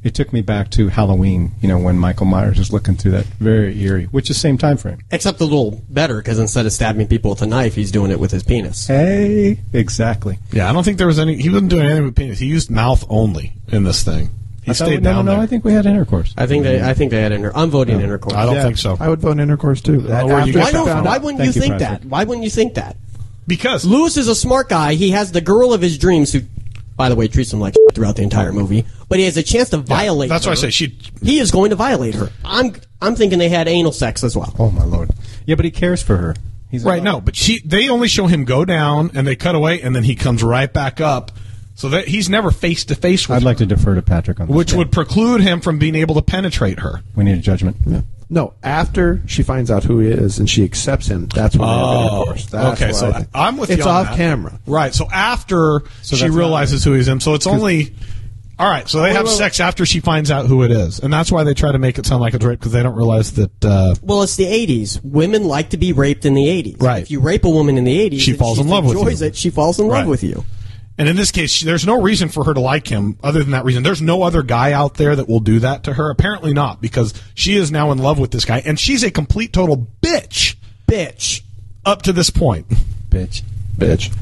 [SPEAKER 6] It took me back to Halloween, you know, when Michael Myers is looking through that very eerie, which is same time frame.
[SPEAKER 5] Except a little better because instead of stabbing people with a knife, he's doing it with his penis.
[SPEAKER 6] Hey, exactly.
[SPEAKER 1] Yeah, I don't think there was any. He wasn't doing anything with penis. He used mouth only in this thing. He
[SPEAKER 6] I thought-
[SPEAKER 1] stayed
[SPEAKER 6] Oh, no,
[SPEAKER 1] down
[SPEAKER 6] no, no,
[SPEAKER 1] there.
[SPEAKER 6] I think we had intercourse.
[SPEAKER 5] I think they. I think they had inter. I'm voting intercourse.
[SPEAKER 1] I don't think so.
[SPEAKER 10] I would vote intercourse too.
[SPEAKER 1] That- where you
[SPEAKER 5] why,
[SPEAKER 1] get that
[SPEAKER 5] don't-
[SPEAKER 1] from.
[SPEAKER 5] why wouldn't
[SPEAKER 1] Thank you,
[SPEAKER 5] you think
[SPEAKER 1] Patrick.
[SPEAKER 5] that? Why wouldn't you think that?
[SPEAKER 1] Because
[SPEAKER 5] Lewis is a smart guy. He has the girl of his dreams, who, by the way, treats him like throughout the entire movie. But he has a chance to violate.
[SPEAKER 1] that's why I
[SPEAKER 5] her.
[SPEAKER 1] say she-
[SPEAKER 5] He is going to violate her. I'm. I'm thinking they had anal sex as well.
[SPEAKER 6] Oh my lord. Yeah, but he cares for her. He's
[SPEAKER 1] right. No, but she. They only show him go down, and they cut away, and then he comes right back up. So that he's never face to face with.
[SPEAKER 6] I'd
[SPEAKER 1] her,
[SPEAKER 6] like to defer to Patrick on this.
[SPEAKER 1] which would preclude him from being able to penetrate her.
[SPEAKER 6] we need a judgment.
[SPEAKER 10] No, after she finds out who he is and she accepts him, that's when they have intercourse. That's
[SPEAKER 1] Oh, okay.
[SPEAKER 10] what
[SPEAKER 1] So
[SPEAKER 10] I think.
[SPEAKER 1] I am with
[SPEAKER 10] it's
[SPEAKER 1] you. on
[SPEAKER 10] off
[SPEAKER 1] that.
[SPEAKER 10] camera.
[SPEAKER 1] right? So after she
[SPEAKER 10] that's not
[SPEAKER 1] realizes who he's in, so it's only. All right, so they
[SPEAKER 5] Wait,
[SPEAKER 1] have
[SPEAKER 5] wait,
[SPEAKER 1] sex after she finds out who it is, and that's why they try to make it sound like it's rape because they don't realize that uh,
[SPEAKER 5] Well, it's the '80s. Women like to be raped in the '80s.
[SPEAKER 1] Right.
[SPEAKER 5] If you rape a woman in the '80s,
[SPEAKER 1] She
[SPEAKER 5] and
[SPEAKER 1] falls in love with
[SPEAKER 5] enjoys
[SPEAKER 1] you.
[SPEAKER 5] it. She falls in love
[SPEAKER 1] Right.
[SPEAKER 5] with you.
[SPEAKER 1] And in this case, she- there's no reason for her to like him other than that reason. There's no other guy out there that will do that to her. Apparently not, because she is now in love with this guy, and she's a complete total bitch
[SPEAKER 5] Bitch.
[SPEAKER 1] up to this point.
[SPEAKER 6] Bitch.
[SPEAKER 10] Bitch.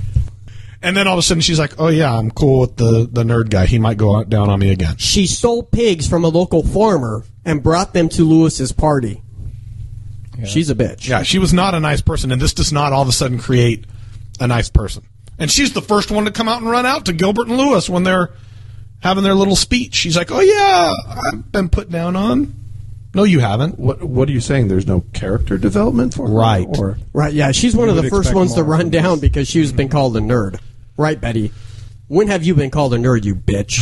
[SPEAKER 1] And then all of a sudden, she's like, "Oh yeah, I'm cool with the the nerd guy. He might go out, down on me again."
[SPEAKER 5] She stole pigs from a local farmer and brought them to Lewis's party. She's a bitch.
[SPEAKER 1] Yeah, she was not a nice person, and this does not all of a sudden create a nice person. And she's the first one to come out and run out to Gilbert and Lewis when they're having their little speech. She's like, "Oh yeah, I've been put down on." No, you haven't.
[SPEAKER 10] What What are you saying? There's no character development for her?
[SPEAKER 1] Right.
[SPEAKER 10] Or
[SPEAKER 5] Right, yeah, she's one of
[SPEAKER 6] would
[SPEAKER 5] the first
[SPEAKER 6] expect
[SPEAKER 5] ones to
[SPEAKER 6] more
[SPEAKER 5] run
[SPEAKER 6] from
[SPEAKER 5] down because she's been called a nerd. Right, Betty? When have you been called a nerd, you bitch?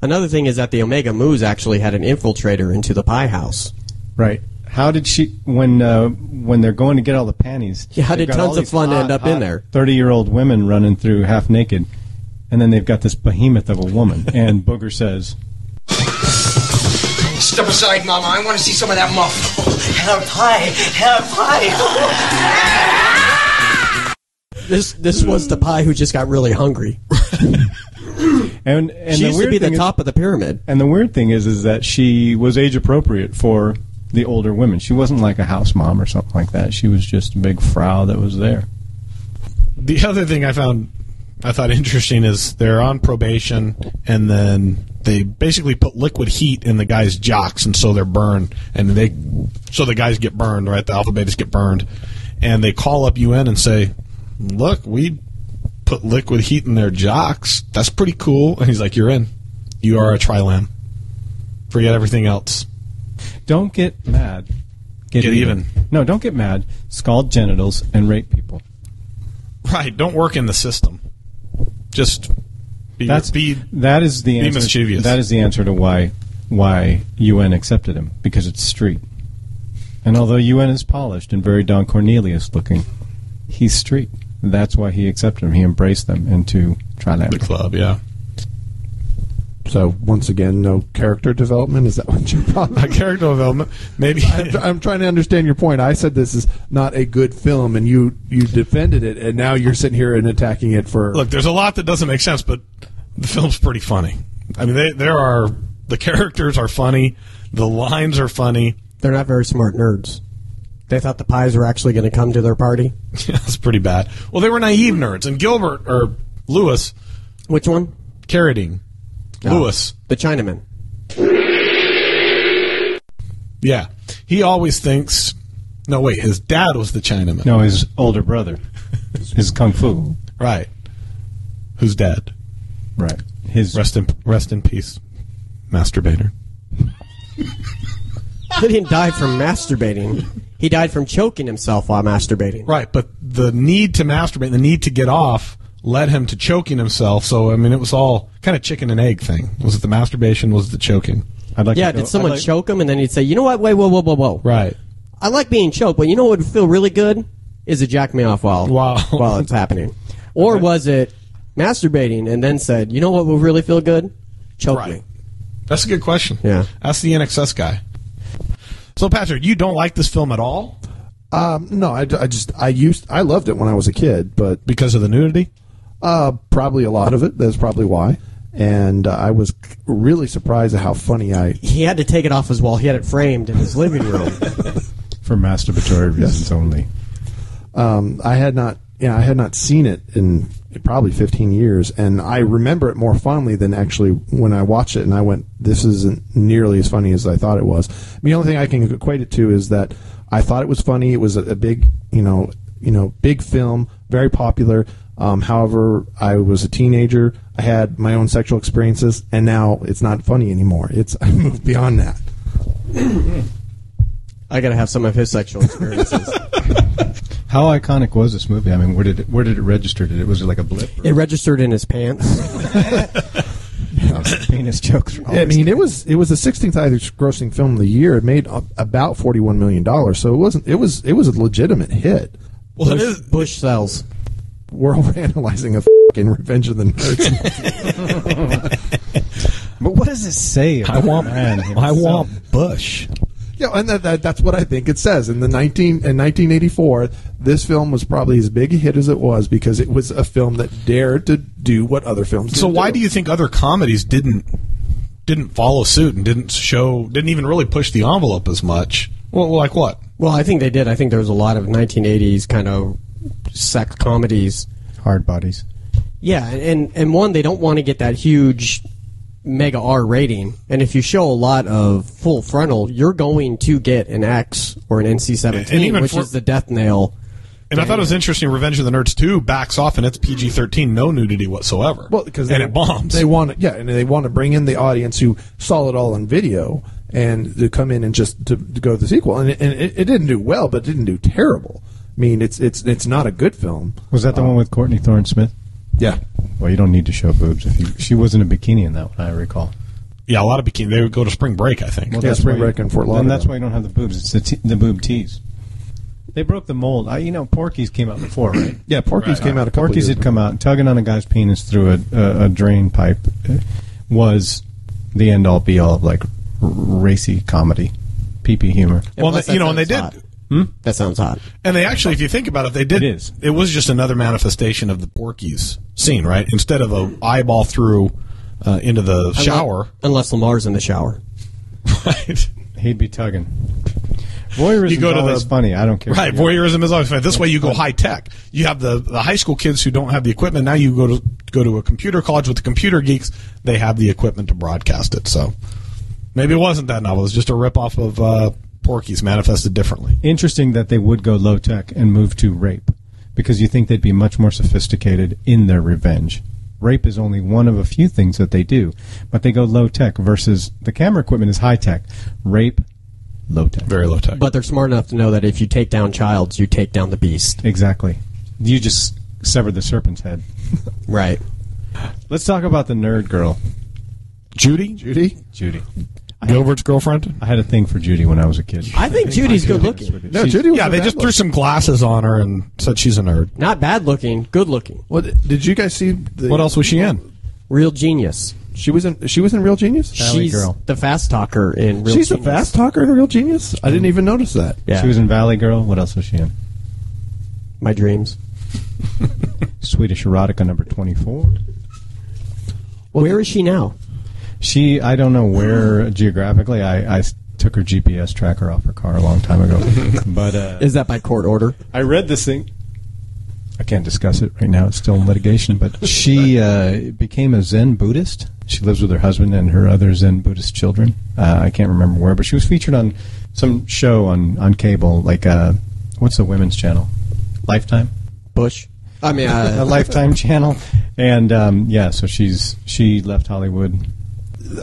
[SPEAKER 5] Another thing is that the Omega Moose actually had an infiltrator into the pie house.
[SPEAKER 6] Right. How did she when uh, when they're going to get all the panties?
[SPEAKER 5] Yeah, how
[SPEAKER 6] they've
[SPEAKER 5] did
[SPEAKER 6] got all
[SPEAKER 5] tons of
[SPEAKER 6] these
[SPEAKER 5] fun
[SPEAKER 6] hot,
[SPEAKER 5] end up in
[SPEAKER 6] hot
[SPEAKER 5] there?
[SPEAKER 6] Thirty-year-old women running through half naked, and then they've got this behemoth of a woman. and Booger says,
[SPEAKER 11] Step aside, Mama. I want to see some of that muff.
[SPEAKER 12] Oh,
[SPEAKER 4] Hair pie, hair pie.
[SPEAKER 5] This this was the pie who just got really hungry.
[SPEAKER 6] and and
[SPEAKER 5] she
[SPEAKER 6] the
[SPEAKER 5] used
[SPEAKER 6] weird
[SPEAKER 5] to be the
[SPEAKER 6] thing
[SPEAKER 5] top
[SPEAKER 6] Is,
[SPEAKER 5] of the pyramid.
[SPEAKER 6] and the weird thing is, is that she was age appropriate for the older women. She wasn't like a house mom or something like that. She was just a big frau that was there.
[SPEAKER 1] The other thing I found I thought interesting is they're on probation and then they basically put liquid heat in the guy's jocks and so they're burned and they so the guys get burned, right? The alpha betas get burned. And they call up UN and say, Look, we put liquid heat in their jocks. That's pretty cool. And he's like, You're in. You are a trilam. Forget everything else.
[SPEAKER 6] Don't get mad.
[SPEAKER 1] Get
[SPEAKER 6] No, don't get mad. Scald genitals and rape people.
[SPEAKER 1] Right. Don't work in the system. Just be,
[SPEAKER 6] That's
[SPEAKER 1] be
[SPEAKER 6] that is the
[SPEAKER 1] be
[SPEAKER 6] answer.
[SPEAKER 1] mischievous.
[SPEAKER 6] That is the answer to why why UN accepted him because it's street. And although UN is polished and very Don Cornelius looking, he's street. That's why he accepted him. He embraced them into
[SPEAKER 1] the
[SPEAKER 6] Trilateral.
[SPEAKER 1] club, yeah.
[SPEAKER 10] so once again, no character development. Is that what your problem?
[SPEAKER 1] a character development. Maybe
[SPEAKER 10] I'm, I'm trying to understand your point. I said this is not a good film, and you you defended it, and now you're sitting here and attacking it for
[SPEAKER 1] look. There's a lot that doesn't make sense, but the film's pretty funny. I mean, they, there are the characters are funny, the lines are funny.
[SPEAKER 5] They're not very smart nerds. They thought the pies were actually going to come to their party.
[SPEAKER 1] That's pretty bad. Well, they were naive nerds, and Gilbert or Lewis
[SPEAKER 5] Which one?
[SPEAKER 1] Carradine, Lewis.
[SPEAKER 5] The Chinaman.
[SPEAKER 1] Yeah, he always thinks. No, wait, his dad was the Chinaman.
[SPEAKER 6] No, his older brother. his kung fu.
[SPEAKER 1] Right. Who's dead?
[SPEAKER 6] Right. His
[SPEAKER 1] rest in rest in peace, masturbator.
[SPEAKER 5] He didn't die from masturbating. He died from choking himself while masturbating.
[SPEAKER 1] Right, but the need to masturbate, the need to get off, led him to choking himself. So I mean, it was all kind of chicken and egg thing. Was it the masturbation? Was it the choking?
[SPEAKER 6] I'd like.
[SPEAKER 5] yeah, did someone choke him? And then he'd say, you know what? Wait, whoa, whoa, whoa, whoa.
[SPEAKER 1] Right.
[SPEAKER 5] I like being choked, but you know what would feel really good? Is it jack me off while, while it's happening? Or was it masturbating and then said, you know what would really feel good? Choke me.
[SPEAKER 1] That's a good question.
[SPEAKER 5] Yeah.
[SPEAKER 1] Ask the NXS guy. So Patrick, you don't like this film at all?
[SPEAKER 10] Um, no, I, d- I just I used I loved it when I was a kid, but
[SPEAKER 1] because of the nudity,
[SPEAKER 10] uh, probably a lot of it. That's probably why. And uh, I was really surprised at how funny I
[SPEAKER 5] He had to take it off his wall. He had it framed in his living room.
[SPEAKER 6] for masturbatory reasons only.
[SPEAKER 10] um, I had not, you know, I had not seen it in probably 15 years, and I remember it more fondly than actually when I watched it. And I went, "This isn't nearly as funny as I thought it was." I mean, the only thing I can equate it to is that I thought it was funny. It was a, a big, you know, you know, big film, very popular. Um, however, I was a teenager. I had my own sexual experiences, and now it's not funny anymore. It's I moved beyond that.
[SPEAKER 5] I got to have some of his sexual experiences.
[SPEAKER 6] How iconic was this movie? I mean, where did it, where did it register? Did it was it like a blip?
[SPEAKER 5] it registered in his pants.
[SPEAKER 6] Penis jokes.
[SPEAKER 1] Oh,
[SPEAKER 6] are
[SPEAKER 10] I
[SPEAKER 6] always-
[SPEAKER 10] mean, it was it was the 16th highest grossing film of the year. It made a- about 41 million dollars, so it wasn't it was it was a legitimate hit.
[SPEAKER 1] Well, it
[SPEAKER 5] Bush,
[SPEAKER 1] is.
[SPEAKER 5] Bush sells.
[SPEAKER 10] We're over analyzing a fucking Revenge of the Nerds.
[SPEAKER 6] but what does it say? About
[SPEAKER 1] I want.
[SPEAKER 6] man
[SPEAKER 1] I
[SPEAKER 6] himself?
[SPEAKER 1] want Bush.
[SPEAKER 10] yeah, and that, that, that's what I think it says. In the 19 in 1984, this film was probably as big a hit as it was because it was a film that dared to do what other films.
[SPEAKER 1] So
[SPEAKER 10] didn't
[SPEAKER 1] why do you think other comedies didn't didn't follow suit and didn't show didn't even really push the envelope as much? Well, like what?
[SPEAKER 5] Well, I think they did. I think there was a lot of 1980s kind of sex comedies.
[SPEAKER 6] hard bodies.
[SPEAKER 5] Yeah, and and one they don't want to get that huge mega R rating. And if you show a lot of full frontal, you're going to get an X or an
[SPEAKER 1] And
[SPEAKER 5] NC-17,
[SPEAKER 1] even
[SPEAKER 5] which
[SPEAKER 1] for-
[SPEAKER 5] is the death nail.
[SPEAKER 1] And I thought it was interesting. Revenge of the Nerds two backs off and it's PG thirteen, no nudity whatsoever.
[SPEAKER 10] Well, because
[SPEAKER 1] and
[SPEAKER 10] they-
[SPEAKER 1] it bombs.
[SPEAKER 10] They want to, yeah, and they want to bring in the audience who saw it all on video and to come in and just to, to go to the sequel. And, it, and it, it didn't do well, but it didn't do terrible. I mean, it's it's it's not a good film. Um,
[SPEAKER 6] Was that the one with Courtney Thorne Smith?
[SPEAKER 10] Yeah,
[SPEAKER 6] Well, you don't need to show boobs if you. She was in a bikini in that one, I recall.
[SPEAKER 1] yeah, a lot of bikini. They would go to spring break, I think.
[SPEAKER 6] Well,
[SPEAKER 10] Yeah, Spring
[SPEAKER 6] why you-
[SPEAKER 10] Break in Fort
[SPEAKER 6] Then
[SPEAKER 10] Lauderdale.
[SPEAKER 6] that's why you don't have the boobs. It's the, t- the boob tease. They broke the mold. I, you know, Porky's came out before, right?
[SPEAKER 10] yeah. Porky's
[SPEAKER 1] Right.
[SPEAKER 10] came out a couple
[SPEAKER 6] Porky's
[SPEAKER 10] years.
[SPEAKER 6] had come out tugging on a guy's penis through a, a, a drain pipe uh, was the end all be all of like r- racy comedy, pee pee humor.
[SPEAKER 1] Well,
[SPEAKER 5] Plus,
[SPEAKER 1] they- you
[SPEAKER 5] that
[SPEAKER 1] know, and they
[SPEAKER 5] sounds
[SPEAKER 1] did. Hmm?
[SPEAKER 5] hot. That sounds hot.
[SPEAKER 1] And they actually, if you think about it, they did.
[SPEAKER 6] It is.
[SPEAKER 1] It was just another manifestation of the Porky's scene, right? Instead of a eyeball through uh, into the shower,
[SPEAKER 5] Unless Lamar's in the shower.
[SPEAKER 1] right?
[SPEAKER 6] He'd be tugging. Voyeurism
[SPEAKER 1] You go to
[SPEAKER 6] always
[SPEAKER 1] the-
[SPEAKER 6] funny. I don't care.
[SPEAKER 1] Right, voyeurism is always fun. This way, you go high tech. You have the, the high school kids who don't have the equipment. Now you go to go to a computer college with the computer geeks. They have the equipment to broadcast it. So maybe it wasn't that novel. It was just a ripoff of uh, Porky's, manifested differently.
[SPEAKER 6] Interesting that they would go low tech and move to rape because you think they'd be much more sophisticated in their revenge. Rape is only one of a few things that they do, but they go low tech versus the camera equipment is high tech. Rape, low tech.
[SPEAKER 1] Very low tech.
[SPEAKER 5] But they're smart enough to know that if you take down Childs, you take down the beast.
[SPEAKER 6] Exactly. You just severed the serpent's head.
[SPEAKER 5] Right.
[SPEAKER 6] Let's talk about the nerd girl,
[SPEAKER 1] Judy, Judy,
[SPEAKER 6] Judy.
[SPEAKER 1] Gilbert's girlfriend.
[SPEAKER 6] I had a thing for Judy when I was a kid.
[SPEAKER 5] I think Judy's good looking.
[SPEAKER 10] No, Judy was
[SPEAKER 1] Yeah,
[SPEAKER 10] a
[SPEAKER 1] they
[SPEAKER 10] bad
[SPEAKER 1] just
[SPEAKER 10] look.
[SPEAKER 1] threw some glasses on her and said she's a nerd.
[SPEAKER 5] Not bad looking, good looking.
[SPEAKER 10] What did you guys see? The,
[SPEAKER 1] What else was she in?
[SPEAKER 5] Real genius.
[SPEAKER 10] She was in. She was in Real Genius.
[SPEAKER 6] Valley
[SPEAKER 5] She's
[SPEAKER 6] Girl.
[SPEAKER 5] the fast talker in Uh, Real
[SPEAKER 10] She's a
[SPEAKER 5] Genius.
[SPEAKER 10] fast talker in Real Genius. I didn't even notice that.
[SPEAKER 5] Yeah.
[SPEAKER 6] She was in Valley Girl. What else was she in?
[SPEAKER 5] My dreams.
[SPEAKER 6] Swedish erotica number twenty-four.
[SPEAKER 5] Where is she now?
[SPEAKER 6] She, I don't know where
[SPEAKER 5] Hmm.
[SPEAKER 6] geographically. I, I s- took her GPS tracker off her car a long time ago. but uh,
[SPEAKER 5] Is that by court order?
[SPEAKER 6] I read this thing. I can't discuss it right now. It's still in litigation. But she uh, became a Zen Buddhist. She lives with her husband and her other Zen Buddhist children. Uh, I can't remember where, but she was featured on some show on on cable, like uh, what's the women's channel? Lifetime.
[SPEAKER 5] Bush. I mean, uh,
[SPEAKER 6] a Lifetime channel, and um, yeah, so she's she left Hollywood.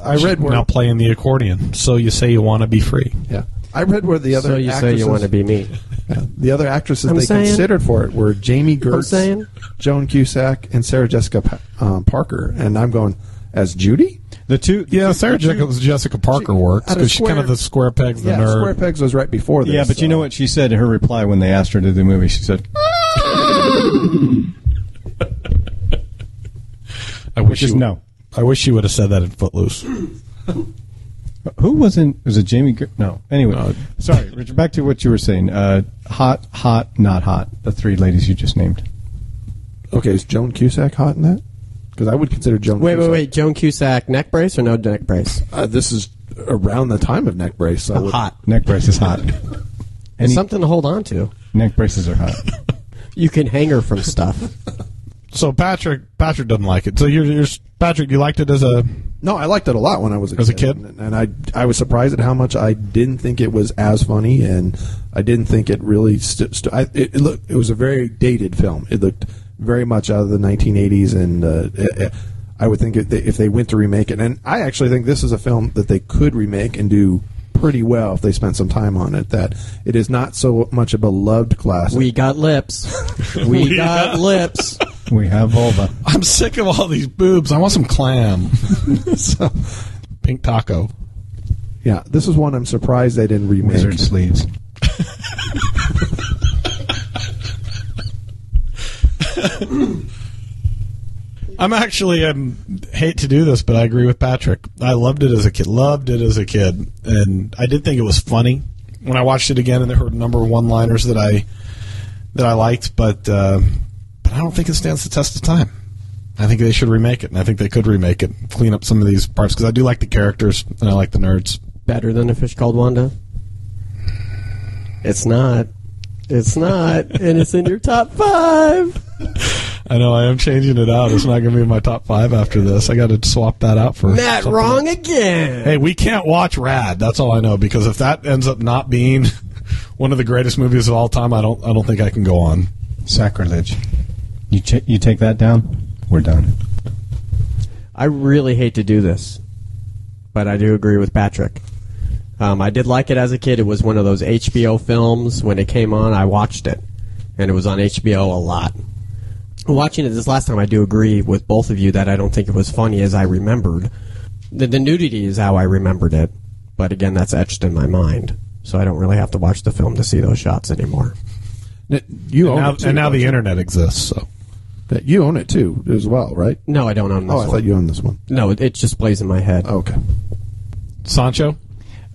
[SPEAKER 10] I read where-
[SPEAKER 14] now playing the accordion. So you say you want to be free?
[SPEAKER 10] Yeah, I read where the other
[SPEAKER 5] So you say you
[SPEAKER 10] actresses-
[SPEAKER 5] want to be me.
[SPEAKER 10] Yeah. The other actresses
[SPEAKER 5] I'm
[SPEAKER 10] they
[SPEAKER 5] saying-
[SPEAKER 10] considered for it were Jamie
[SPEAKER 5] saying-
[SPEAKER 10] Gertz, Joan Cusack, and Sarah Jessica Pa- um, Parker. And I'm going as Judy.
[SPEAKER 6] The two,
[SPEAKER 10] yeah,
[SPEAKER 1] Sarah Jessica, Jessica Parker works
[SPEAKER 10] Out of
[SPEAKER 1] because she's kind
[SPEAKER 10] Square-
[SPEAKER 1] of the square pegs, the
[SPEAKER 10] yeah,
[SPEAKER 1] nerd.
[SPEAKER 10] Square Pegs was right before this. uh,
[SPEAKER 6] yeah, but you
[SPEAKER 14] uh,
[SPEAKER 6] know what she said? Her reply when they asked her to do the movie, she said,
[SPEAKER 14] I wish
[SPEAKER 6] Which is
[SPEAKER 14] you
[SPEAKER 6] no.
[SPEAKER 14] I wish you would have said that in Footloose.
[SPEAKER 6] "Who wasn't? Was it Jamie? Ger- no. Anyway, sorry, Richard. Back to what you were saying. Uh, hot, hot, not hot. The three ladies you just named.
[SPEAKER 10] Okay, is Joan Cusack hot in that? Because I would consider Joan.
[SPEAKER 5] Wait, wait,
[SPEAKER 10] Cusack-
[SPEAKER 5] wait. Joan Cusack neck brace or no neck brace?
[SPEAKER 10] Uh, this is around the time of neck brace. so I would-
[SPEAKER 5] Hot.
[SPEAKER 6] Neck braces hot.
[SPEAKER 5] It's
[SPEAKER 6] Any-
[SPEAKER 5] something to hold on to.
[SPEAKER 6] Neck braces are hot.
[SPEAKER 5] You can hang her from stuff.
[SPEAKER 1] So Patrick, Patrick doesn't like it. So you're, you're Patrick. You liked it as a
[SPEAKER 10] No, I liked it a lot when I was a
[SPEAKER 1] As a
[SPEAKER 10] kid, and, and I I was surprised at how much I didn't think it was as funny, and I didn't think it really. St- st- I, it, it looked it was a very dated film. It looked very much out of the 1980s, and uh, eh, eh, I would think if they, if they went to remake it, and I actually think this is a film that they could remake and do pretty well if they spent some time on it. That it is not so much a beloved classic.
[SPEAKER 5] We got lips. We got lips.
[SPEAKER 6] We have vulva.
[SPEAKER 1] I'm sick of all these boobs. I want some clam. so, pink taco.
[SPEAKER 10] yeah, this is one I'm surprised they didn't remake.
[SPEAKER 6] Wizard sleeves.
[SPEAKER 1] I'm actually I'm hate to do this, but I agree with Patrick. I loved it as a kid. Loved it as a kid, and I did think it was funny when I watched it again. And there were a number of one-liners that I that I liked, but uh, but I don't think it stands the test of time. I think they should remake it, and I think they could remake it, clean up some of these parts because I do like the characters and I like the nerds.
[SPEAKER 5] Better than a fish called Wanda. It's not. It's not, and it's in your top five.
[SPEAKER 1] I know I am changing it out. It's not going to be in my top five after this. I got to swap that out for
[SPEAKER 5] Matt,
[SPEAKER 1] something
[SPEAKER 5] wrong again.
[SPEAKER 1] Hey, we can't watch Rad. That's all I know because if that ends up not being one of the greatest movies of all time, I don't I don't think I can go on.
[SPEAKER 6] Sacrilege. You ch- you take that down. We're done.
[SPEAKER 5] I really hate to do this, but I do agree with Patrick. Um, I did like it as a kid. It was one of those HBO films. When it came on, I watched it, and it was on HBO a lot. Watching it this last time, I do agree with both of you that I don't think it was funny as I remembered. The, the nudity is how I remembered it, but again, that's etched in my mind, so I don't really have to watch the film to see those shots anymore.
[SPEAKER 10] You
[SPEAKER 1] And
[SPEAKER 10] own
[SPEAKER 1] now,
[SPEAKER 10] it too,
[SPEAKER 1] and now
[SPEAKER 10] don't
[SPEAKER 1] the
[SPEAKER 10] you?
[SPEAKER 1] internet exists, so
[SPEAKER 10] That you own it too as well, right?
[SPEAKER 5] No, I don't own this
[SPEAKER 10] Oh, I
[SPEAKER 5] one.
[SPEAKER 10] thought you owned this one. Oh,
[SPEAKER 5] No, it, it just plays in my head.
[SPEAKER 10] Okay.
[SPEAKER 1] Sancho.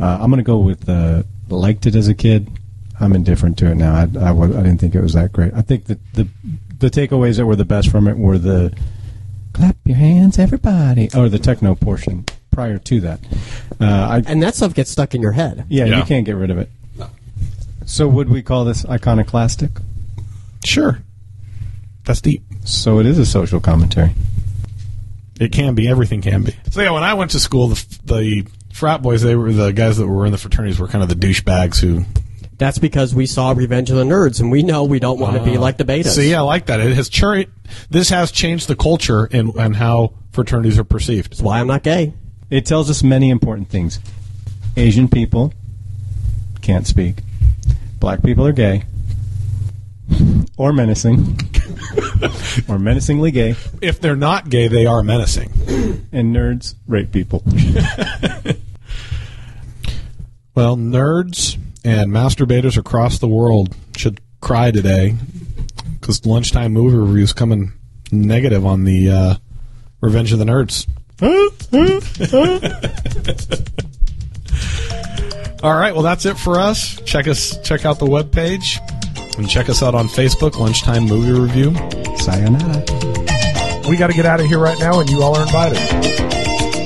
[SPEAKER 6] Uh, I'm going to go with uh, liked it as a kid. I'm indifferent to it now. I, I, was, I didn't think it was that great. I think that the the takeaways that were the best from it were the clap your hands, everybody, or the techno portion prior to that. Uh, I,
[SPEAKER 5] And that stuff gets stuck in your head.
[SPEAKER 6] yeah,
[SPEAKER 1] Yeah.
[SPEAKER 6] you can't get rid of it. So would we call this iconoclastic?
[SPEAKER 1] Sure, that's deep.
[SPEAKER 6] So it is a social commentary.
[SPEAKER 1] It can be. Everything can be. So yeah, when I went to school, the the frat boys, they were the guys that were in the fraternities were kind of the douchebags who
[SPEAKER 5] That's because we saw Revenge of the Nerds, and we know we don't want to be like the betas.
[SPEAKER 1] See, I like that. It has chur- This has changed the culture and and how fraternities are perceived.
[SPEAKER 5] That's why I'm not gay.
[SPEAKER 6] It tells us many important things. Asian people can't speak. Black people are gay. Or menacing. or menacingly gay.
[SPEAKER 1] If they're not gay, they are menacing.
[SPEAKER 6] And nerds rape people.
[SPEAKER 1] Well, nerds and masturbators across the world should cry today because lunchtime movie reviews coming negative on the uh, Revenge of the Nerds. All right, well that's it for us. Check us check out the webpage and check us out on Facebook, Lunchtime Movie Review.
[SPEAKER 6] Sayonara.
[SPEAKER 1] We got to get out of here right now and you all are invited.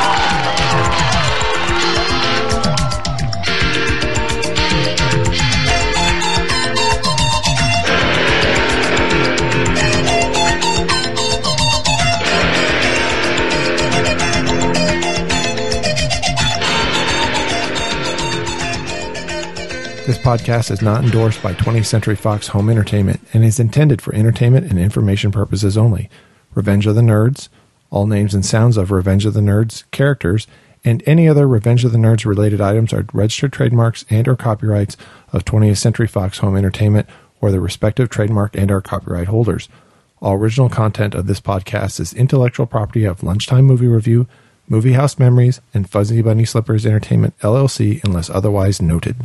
[SPEAKER 9] Hey,
[SPEAKER 10] This podcast is not endorsed by 20th Century Fox Home Entertainment and is intended for entertainment and information purposes only. Revenge of the Nerds, all names and sounds of Revenge of the Nerds characters, and any other Revenge of the Nerds related items are registered trademarks and or copyrights of 20th Century Fox Home Entertainment or their respective trademark and or copyright holders. All original content of this podcast is intellectual property of Lunchtime Movie Review, Movie House Memories, and Fuzzy Bunny Slippers Entertainment LLC unless otherwise noted.